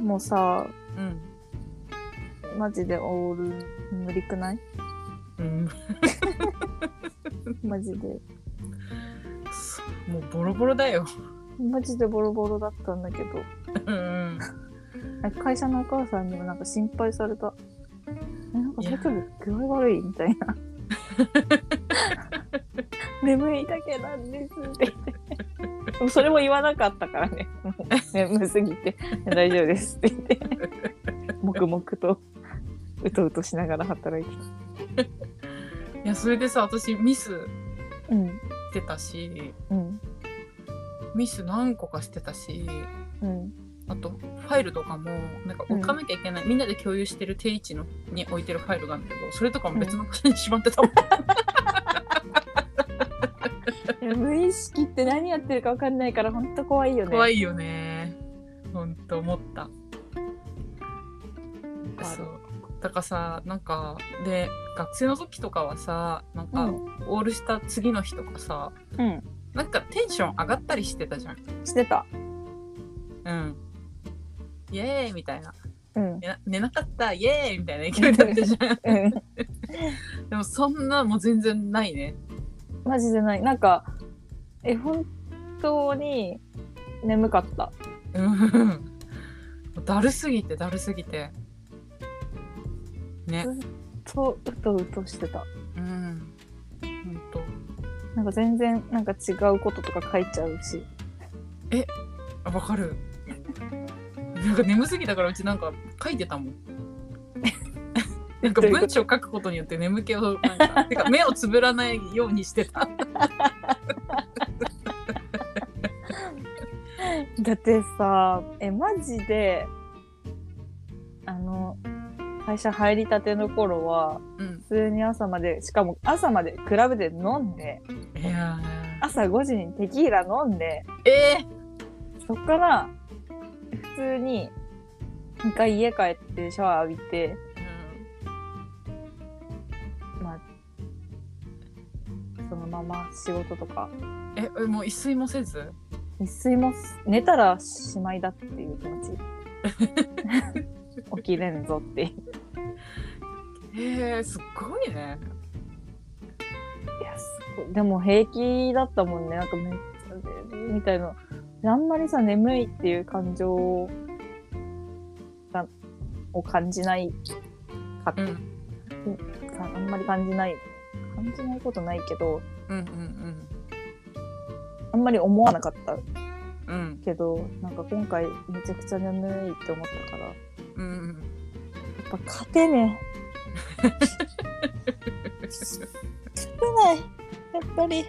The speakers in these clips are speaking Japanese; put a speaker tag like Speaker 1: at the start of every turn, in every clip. Speaker 1: もさ
Speaker 2: うん。
Speaker 1: マジでオール無理くない
Speaker 2: うん。
Speaker 1: マジで
Speaker 2: そうもうボロボロだよ。
Speaker 1: マジでボロボロだったんだけど
Speaker 2: うん。
Speaker 1: あ会社のお母さんにもなんか心配されたえなんか手首具合悪いみたいな眠いだけなんですって言ってでもそれも言わなかったからねもう眠すぎて大丈夫ですって言って黙々とうとうとしながら働いて
Speaker 2: いや、それでさ、私ミス
Speaker 1: たうん
Speaker 2: してたし、
Speaker 1: うん
Speaker 2: ミス何個かしてたし、
Speaker 1: うん
Speaker 2: あと、ファイルとかも、なんか置かなきゃいけない、みんなで共有してる定位置のに置いてるファイルがあるんだけど、それとかも別の会社にしまってたもん。
Speaker 1: いや無意識って何やってるか分かんないから本当怖いよね
Speaker 2: 怖
Speaker 1: い
Speaker 2: いよね。ほんと思った。そう。だからさ、なんか、で、学生の時とかはさ、なんか、
Speaker 1: うん
Speaker 2: オールした次の日とかさ、
Speaker 1: うん
Speaker 2: なんかテンション上がったりしてたじゃん。
Speaker 1: してた
Speaker 2: うん。イエーイみたいな。
Speaker 1: うん
Speaker 2: 寝な寝なかった、イエーイみたいな勢いだったじゃん。
Speaker 1: うん
Speaker 2: でもそんなもう全然ないね。
Speaker 1: マジでないなんかえ本当に眠かった
Speaker 2: うん。だるすぎて、だるすぎて。ね。
Speaker 1: とうとうとしてた
Speaker 2: うん。ほんと。
Speaker 1: なんか全然なんか違うこととか書いちゃうし
Speaker 2: あわかる。なんか眠すぎたからうちなんか書いてたもん。 なんか文章書くことによって眠気をなんかてか目をつぶらないようにしてた。
Speaker 1: だってさえマジであの会社入りたての頃は
Speaker 2: うん。
Speaker 1: 普通に朝までしかも朝までクラブで飲んで
Speaker 2: いや
Speaker 1: 朝5時にテキーラ飲んで
Speaker 2: ーえ
Speaker 1: そっから普通に一回家帰ってシャワー浴びて
Speaker 2: ー
Speaker 1: まあ、そのまま仕事とか
Speaker 2: ええもう一睡もせず
Speaker 1: 一睡もす寝たらしまいだっていう気持ち起きれんぞっていう
Speaker 2: えー、すっごいね。
Speaker 1: いやすごいでも平気だったもんねなんかめっちゃ眠いみたいなであんまりさ眠いっていう感情がを感じないかっ
Speaker 2: うん
Speaker 1: たあんまり感じない感じないことないけど
Speaker 2: うんうん
Speaker 1: あんまり思わなかった
Speaker 2: うんうん
Speaker 1: けどなんか今回めちゃくちゃ眠いって思ったから
Speaker 2: うんうん。
Speaker 1: やっぱ勝てね え。勝てない。やっぱり。っ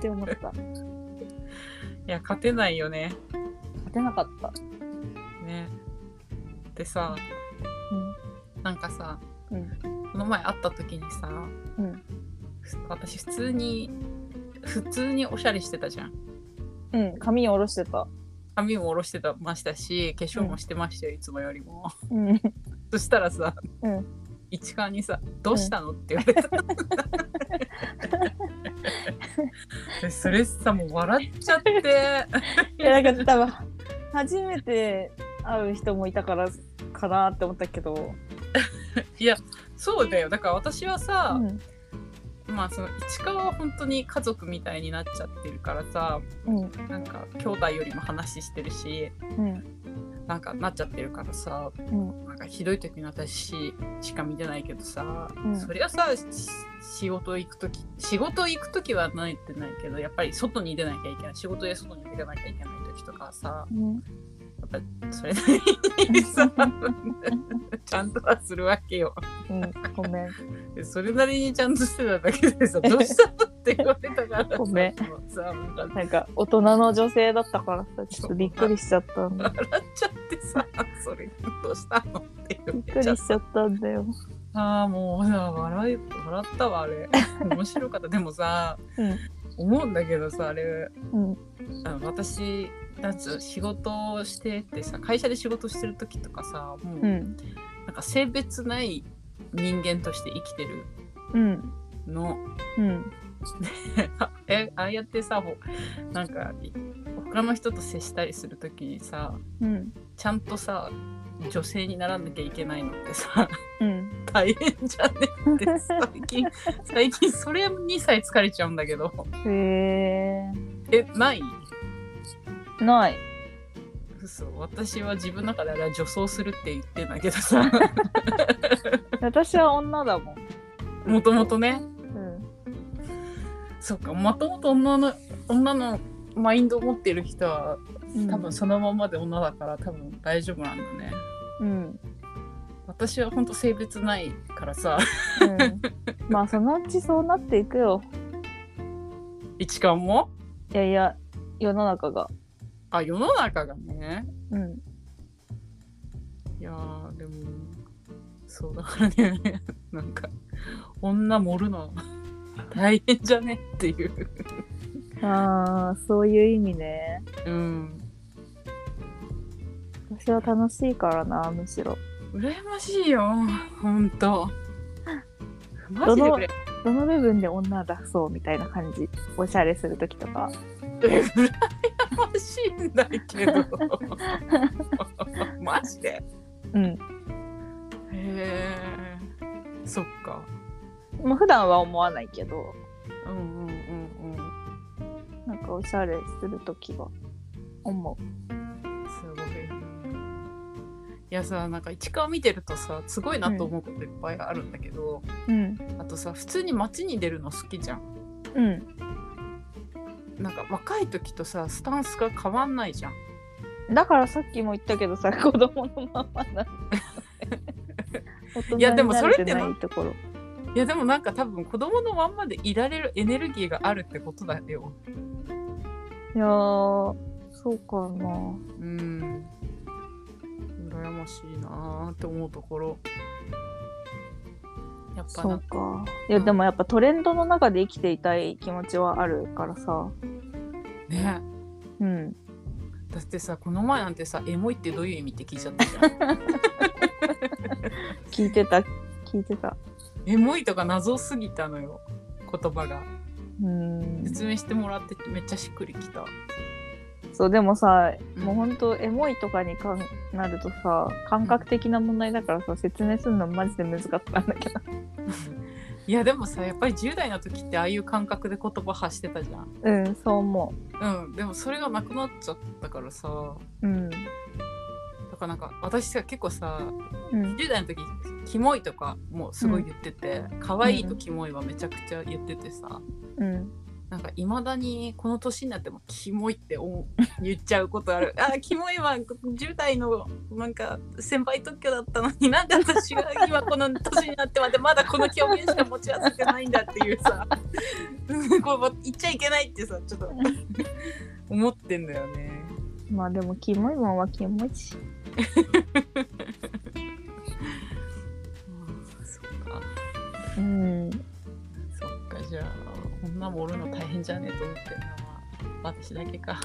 Speaker 1: て思った。勝
Speaker 2: いや勝てないよね。
Speaker 1: てなかった。
Speaker 2: ね。でさなんかさ
Speaker 1: うん。うん。
Speaker 2: この前会った時にさ、
Speaker 1: うん
Speaker 2: ふ私普通に普通におしゃれしてたじゃん
Speaker 1: うん。髪を下ろしてた。
Speaker 2: 髪も下ろしてたましたし化粧もしてましたよ、いつもよりも
Speaker 1: うん。
Speaker 2: そしたらさ、
Speaker 1: うん
Speaker 2: 市川にさ「どうしたの?」って言われた でそれさもう笑っちゃって
Speaker 1: いや、なんか多分、初めて会う人もいたから、かなって思ったけど。
Speaker 2: いやそうだよだから私は
Speaker 1: う
Speaker 2: さ、
Speaker 1: ん。
Speaker 2: まあその市川は本当に家族みたいになっちゃってるからさ
Speaker 1: うん。
Speaker 2: なんか兄弟よりも話してるし
Speaker 1: うん。
Speaker 2: なんかなっちゃってるからさ、
Speaker 1: うん
Speaker 2: なんかひどい時の私しか見てないけどさ、
Speaker 1: うん
Speaker 2: そりゃさし仕事行く時仕事行く時はないってないけどやっぱり外に出なきゃいけない仕事で外に出なきゃいけない時とかはさ
Speaker 1: うん。
Speaker 2: やっぱりそれなりに さちゃんとはするわけよ
Speaker 1: うん。ごめ ん。
Speaker 2: でそれなりにちゃんとしてただけ でさどうしたのって言われたから
Speaker 1: ごめん
Speaker 2: もうさなんか
Speaker 1: なんか、大人の女性だったからさ、ちょっとびっくりしちゃったんだ。
Speaker 2: 笑っちゃって さそれどうしたのって言
Speaker 1: びっ
Speaker 2: わ
Speaker 1: く
Speaker 2: れちゃ
Speaker 1: り
Speaker 2: って
Speaker 1: しちゃったんだよ。
Speaker 2: ああもうさ笑い笑ったわ あれ面白かったでもさ、
Speaker 1: うん
Speaker 2: 思うんだけどさあれ
Speaker 1: うん。
Speaker 2: あの私なんつう仕事をしててさ会社で仕事してる時とかさもう、
Speaker 1: うん。
Speaker 2: なんか性別ない人間として生きてる
Speaker 1: うん。
Speaker 2: の
Speaker 1: うん。
Speaker 2: えああやってさもうなんかい他の人と接したりするときにさ
Speaker 1: うん。
Speaker 2: ちゃんとさ女性にならなきゃいけないのってさ
Speaker 1: うん。
Speaker 2: 大変じゃねって最近 最近それにさえ疲れちゃうんだけど
Speaker 1: へ
Speaker 2: えない
Speaker 1: え。ない。
Speaker 2: 嘘私は自分の中であれは女装するって言ってんだけど さ
Speaker 1: 私は女だもん。
Speaker 2: もともとね
Speaker 1: うん。
Speaker 2: そっかもともと女の女のマインドを持ってる人は
Speaker 1: うん
Speaker 2: 多分。そのままで女だから多分大丈夫なんだね
Speaker 1: うん。
Speaker 2: 私は本当性別ないからさ
Speaker 1: うん、まあ、そのうちそうなっていくよ。
Speaker 2: 一貫も
Speaker 1: いやいや、世の中が。
Speaker 2: あ世の中がね
Speaker 1: うん。
Speaker 2: いやーでもそうだからね なんか女盛るの大変じゃねっていう
Speaker 1: ああ、そういう意味ね。
Speaker 2: うん
Speaker 1: 私は楽しいからな、むしろ。
Speaker 2: 羨ましいよほんとマジでこれ
Speaker 1: どの部分で女出そうみたいな感じ。おしゃれするときとか。
Speaker 2: 羨ましいんだけど マジで
Speaker 1: うん。
Speaker 2: へえそっか
Speaker 1: まあ、普段は思わないけど、
Speaker 2: うんうんうんうん
Speaker 1: なんかおしゃれするときは思
Speaker 2: すごいいやさなんか市川見てるとさすごいなと思うこといっぱいあるんだけど、
Speaker 1: う。うん。
Speaker 2: あとさ普通に街に出るの好きじゃん
Speaker 1: うん。
Speaker 2: なんか若い時とさスタンスが変わんないじゃん
Speaker 1: だからさっきも言ったけどさ、 子供のままなのね 大人
Speaker 2: いやでもそれって
Speaker 1: になれないところ。
Speaker 2: いやでもなんか多分子供のまんまでいられるエネルギーがあるってことだよ
Speaker 1: いやー、そうかな。
Speaker 2: うん羨ましいなーって思うところやっぱ
Speaker 1: そ
Speaker 2: な
Speaker 1: うか。いや、でもやっぱトレンドの中で生きていたい気持ちはあるからさ。
Speaker 2: ね
Speaker 1: うん。
Speaker 2: だってさこの前なんてさエモいってどういう意味って聞いちゃったじゃん
Speaker 1: 聞いてた、聞いてた。
Speaker 2: エモいとか謎すぎたのよ言葉が
Speaker 1: うん。
Speaker 2: 説明してもらっててめっちゃしっくりきた
Speaker 1: そう、でもさ、
Speaker 2: うん
Speaker 1: もうほんとエモいとかにかんなるとさ、感覚的な問題だからさ、説明するのマジで難かったんだけど。
Speaker 2: いやでもさやっぱり10代の時ってああいう感覚で言葉発してたじゃん
Speaker 1: うん、そう思
Speaker 2: うんでもそれがなくなっちゃったからさ
Speaker 1: う。うん。
Speaker 2: だからなんか私さ結構さ
Speaker 1: うん。
Speaker 2: 10代の時キモいとかもすごい言ってて、可愛いとキモいはめちゃくちゃ言っててさ、
Speaker 1: うん。
Speaker 2: なんかいまだにこの年になってもキモいって思う言っちゃうことあるあーキモいは10代のなんか先輩特許だったのになんで私が今この年になってまでまだこの表現しか持ち合わせてないんだっていうさ こう言っちゃいけないってさちょっと思ってんだよね
Speaker 1: まあでも、キモいもんはキモいし。
Speaker 2: そっか
Speaker 1: うん。
Speaker 2: そっかじゃあ女もおるの大変じゃねえと思ってるのは私だけか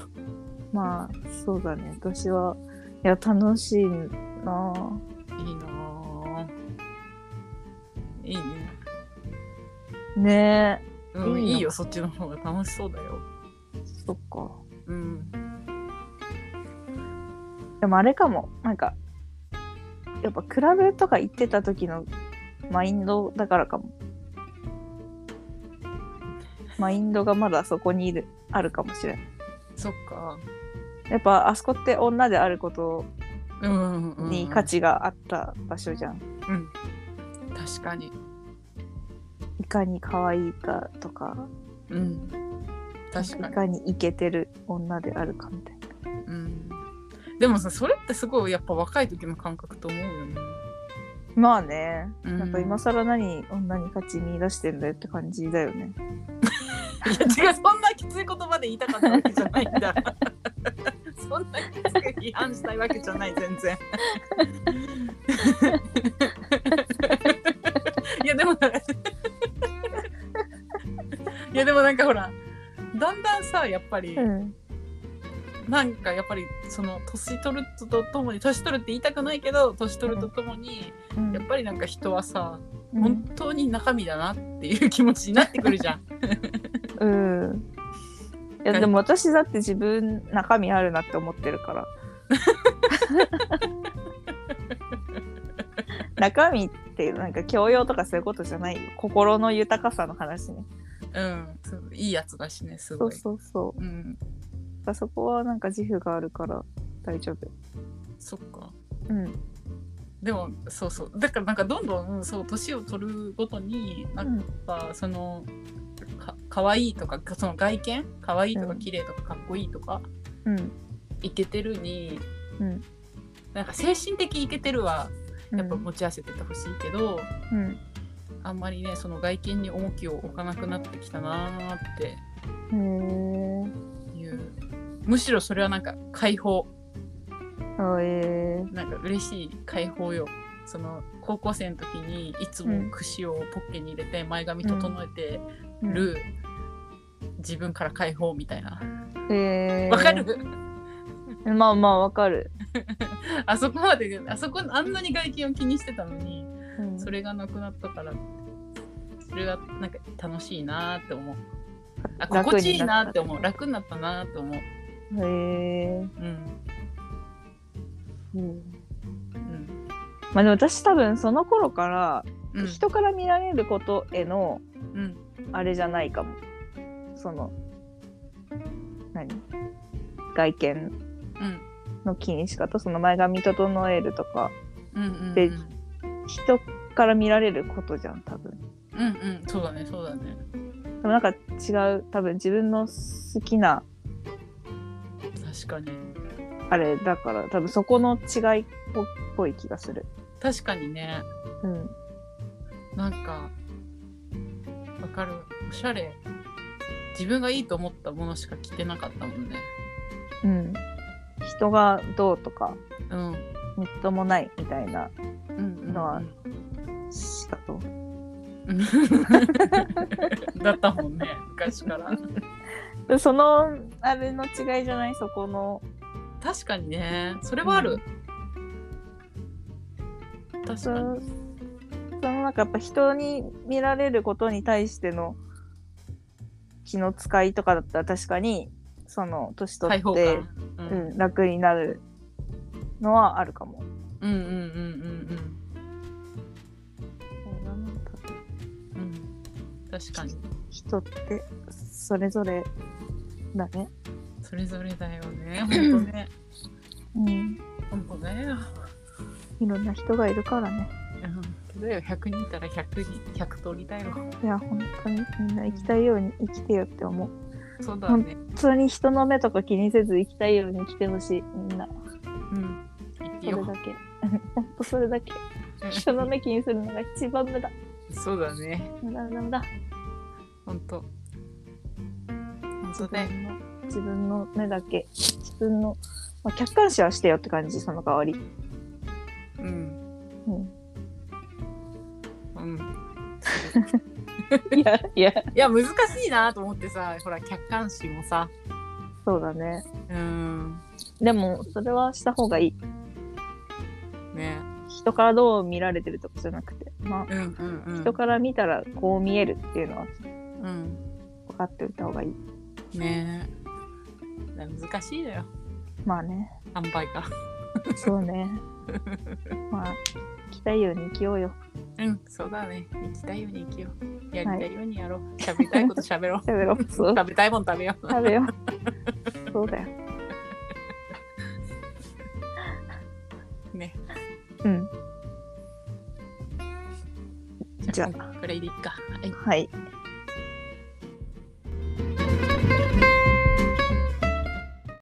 Speaker 1: まあ、そうだね。私は、いや、楽しいなぁ。
Speaker 2: いいなあいいね
Speaker 1: ね
Speaker 2: うん、
Speaker 1: いい
Speaker 2: い
Speaker 1: の
Speaker 2: いよ、そっちの方が楽しそうだよ。
Speaker 1: え。そっか。
Speaker 2: うん。
Speaker 1: でもあれかも。なんか、やっぱクラブとか行ってた時のマインドだからかも。マインドがまだそこにいる、あるかもしれない。
Speaker 2: そっか。
Speaker 1: やっぱあそこって女であること
Speaker 2: うん、うん。
Speaker 1: に価。値があった場所じゃん。
Speaker 2: うん。確かに。
Speaker 1: いかに可愛いかとか、
Speaker 2: うん。確か
Speaker 1: い
Speaker 2: に。
Speaker 1: かにイケてる女であるかみたいな。
Speaker 2: うん。でもさ、それってすごいやっぱ若い時の感覚と思うよね。
Speaker 1: まあね、
Speaker 2: うん
Speaker 1: なんか今更何女に価値見出してんだよって感じだよね。
Speaker 2: い や違う、そんなきつい言葉で言いたかったわけじゃないんだ。 そんなきつく批判したいわけじゃない、全然。 いや、で も、いや、でもなんかほら、だんだんさ、やっぱり、
Speaker 1: うん。
Speaker 2: なんかやっぱり、その、年取るとともに、年取るって言いたくないけど、年取るとともに、
Speaker 1: うん
Speaker 2: やっぱりなんか人はさ、
Speaker 1: う
Speaker 2: 本
Speaker 1: ん
Speaker 2: 当に中身だなっていう気持ちになってくるじゃん。
Speaker 1: うん。いやでも私だって自分中身あるなって思ってるから 中身ってなんか教養とかそういうことじゃないよ心の豊かさの話ね
Speaker 2: うんそういいやつだしねす
Speaker 1: そ
Speaker 2: ご
Speaker 1: う
Speaker 2: い
Speaker 1: そうそう
Speaker 2: うん
Speaker 1: だからそこはなんか自負があるから大丈夫
Speaker 2: そっか
Speaker 1: うん
Speaker 2: でもそうそうだからなんかどんどんうんそう年を取るごとになんかそのか可愛いとかその外見可愛いとか
Speaker 1: うん
Speaker 2: 綺麗とかかっこいいとか
Speaker 1: うん
Speaker 2: イケてるに
Speaker 1: うん
Speaker 2: なんか精神的イケてるは
Speaker 1: うん
Speaker 2: やっぱ持ち合わせててほしいけど、
Speaker 1: うん
Speaker 2: あんまりねその外見に重きを置かなくなってきたなーって
Speaker 1: へえ
Speaker 2: いうむしろそれはなんか解放
Speaker 1: あえ
Speaker 2: なんか嬉しい解放よその高校生の時にいつも櫛をポッケに入れて前髪整えて
Speaker 1: ー、うん
Speaker 2: る、自分から解放みたいな
Speaker 1: へえ
Speaker 2: わかる、
Speaker 1: まあまあわかる、
Speaker 2: あそこまであそこあんなに外見を気にしてたのに
Speaker 1: うん、
Speaker 2: それがなくなったからそれがなんか楽しいなーって思うあ
Speaker 1: 楽
Speaker 2: 心地い
Speaker 1: に
Speaker 2: い
Speaker 1: な
Speaker 2: な
Speaker 1: った
Speaker 2: ーって思う楽になったなーって思う
Speaker 1: へえ、
Speaker 2: うん
Speaker 1: うん、
Speaker 2: うん
Speaker 1: まあでも私多分その頃から
Speaker 2: うん
Speaker 1: 人から見られることへの
Speaker 2: うん
Speaker 1: あれじゃないかも、その何外見
Speaker 2: うん
Speaker 1: の気にし方その前髪整えるとか
Speaker 2: うんうん
Speaker 1: で人から見られることじゃん多分
Speaker 2: うんうんそうだねそうだね
Speaker 1: でもなんか違う多分自分の好きな
Speaker 2: 確かに
Speaker 1: あれだから多分そこの違いっぽっぽい気がする
Speaker 2: 確かにね
Speaker 1: うん
Speaker 2: なんかわかるおしゃれ自分がいいと思ったものしか着てなかったもんね
Speaker 1: うん人がどうとか
Speaker 2: うん
Speaker 1: みっともないみたいな
Speaker 2: うんうん
Speaker 1: のは
Speaker 2: うん
Speaker 1: しかと
Speaker 2: だったもんね昔から
Speaker 1: でそのあれの違いじゃないそこの
Speaker 2: 確かにねそれはある、確
Speaker 1: そ
Speaker 2: か
Speaker 1: の
Speaker 2: に
Speaker 1: そのなんかやっぱ人に見られることに対しての気の使いとかだったら確かにその年取
Speaker 2: 解
Speaker 1: っ
Speaker 2: 放
Speaker 1: て
Speaker 2: 感、うん、う
Speaker 1: うんん、楽になるのはあるかも。
Speaker 2: うんうんうんうんうん確かに
Speaker 1: 人ってそれぞれだね。
Speaker 2: それぞれだよね本 当ね
Speaker 1: うん、
Speaker 2: 本当だよ
Speaker 1: いろんな人がいるからね。
Speaker 2: うんだよ100人いたら100人100通りだよ
Speaker 1: いや本当にみんな生きたいように生きてよって思う。
Speaker 2: そうだね
Speaker 1: 普通に人の目とか気にせず生きたいように生きてほしいみんな。
Speaker 2: うん行って
Speaker 1: それだ
Speaker 2: よ
Speaker 1: け。本当それだけ。 人の目気にするのが一番無駄。
Speaker 2: そうだね
Speaker 1: 無駄無駄無駄。
Speaker 2: 本当
Speaker 1: 自分
Speaker 2: 本当だよ
Speaker 1: の自分の目だけ自分の、まあ、客観視はしてよって感じその代わり、
Speaker 2: うん
Speaker 1: うん、
Speaker 2: うん
Speaker 1: いやいや
Speaker 2: いや難しいなと思ってさほら客観視もさ
Speaker 1: そうだね
Speaker 2: うん
Speaker 1: でもそれはした方がいい
Speaker 2: ね
Speaker 1: 人からどう見られてるとかじゃなくてま
Speaker 2: うんうんう
Speaker 1: あ
Speaker 2: ん
Speaker 1: 人から見たらこう見えるっていうのは
Speaker 2: うん
Speaker 1: 分かっておいた方がいい
Speaker 2: ねえ難しいだよ
Speaker 1: まあね
Speaker 2: 販売が
Speaker 1: そうねまあ生きたいように生きようよ
Speaker 2: うんそうだね行きたいように行きようやりたいようにやろう喋、りたいこと喋ろう
Speaker 1: 食べろ そう
Speaker 2: 食べたいもん食べよう
Speaker 1: 食べようそうだよ
Speaker 2: ね
Speaker 1: うんじゃ
Speaker 2: これでいいかはい
Speaker 1: はい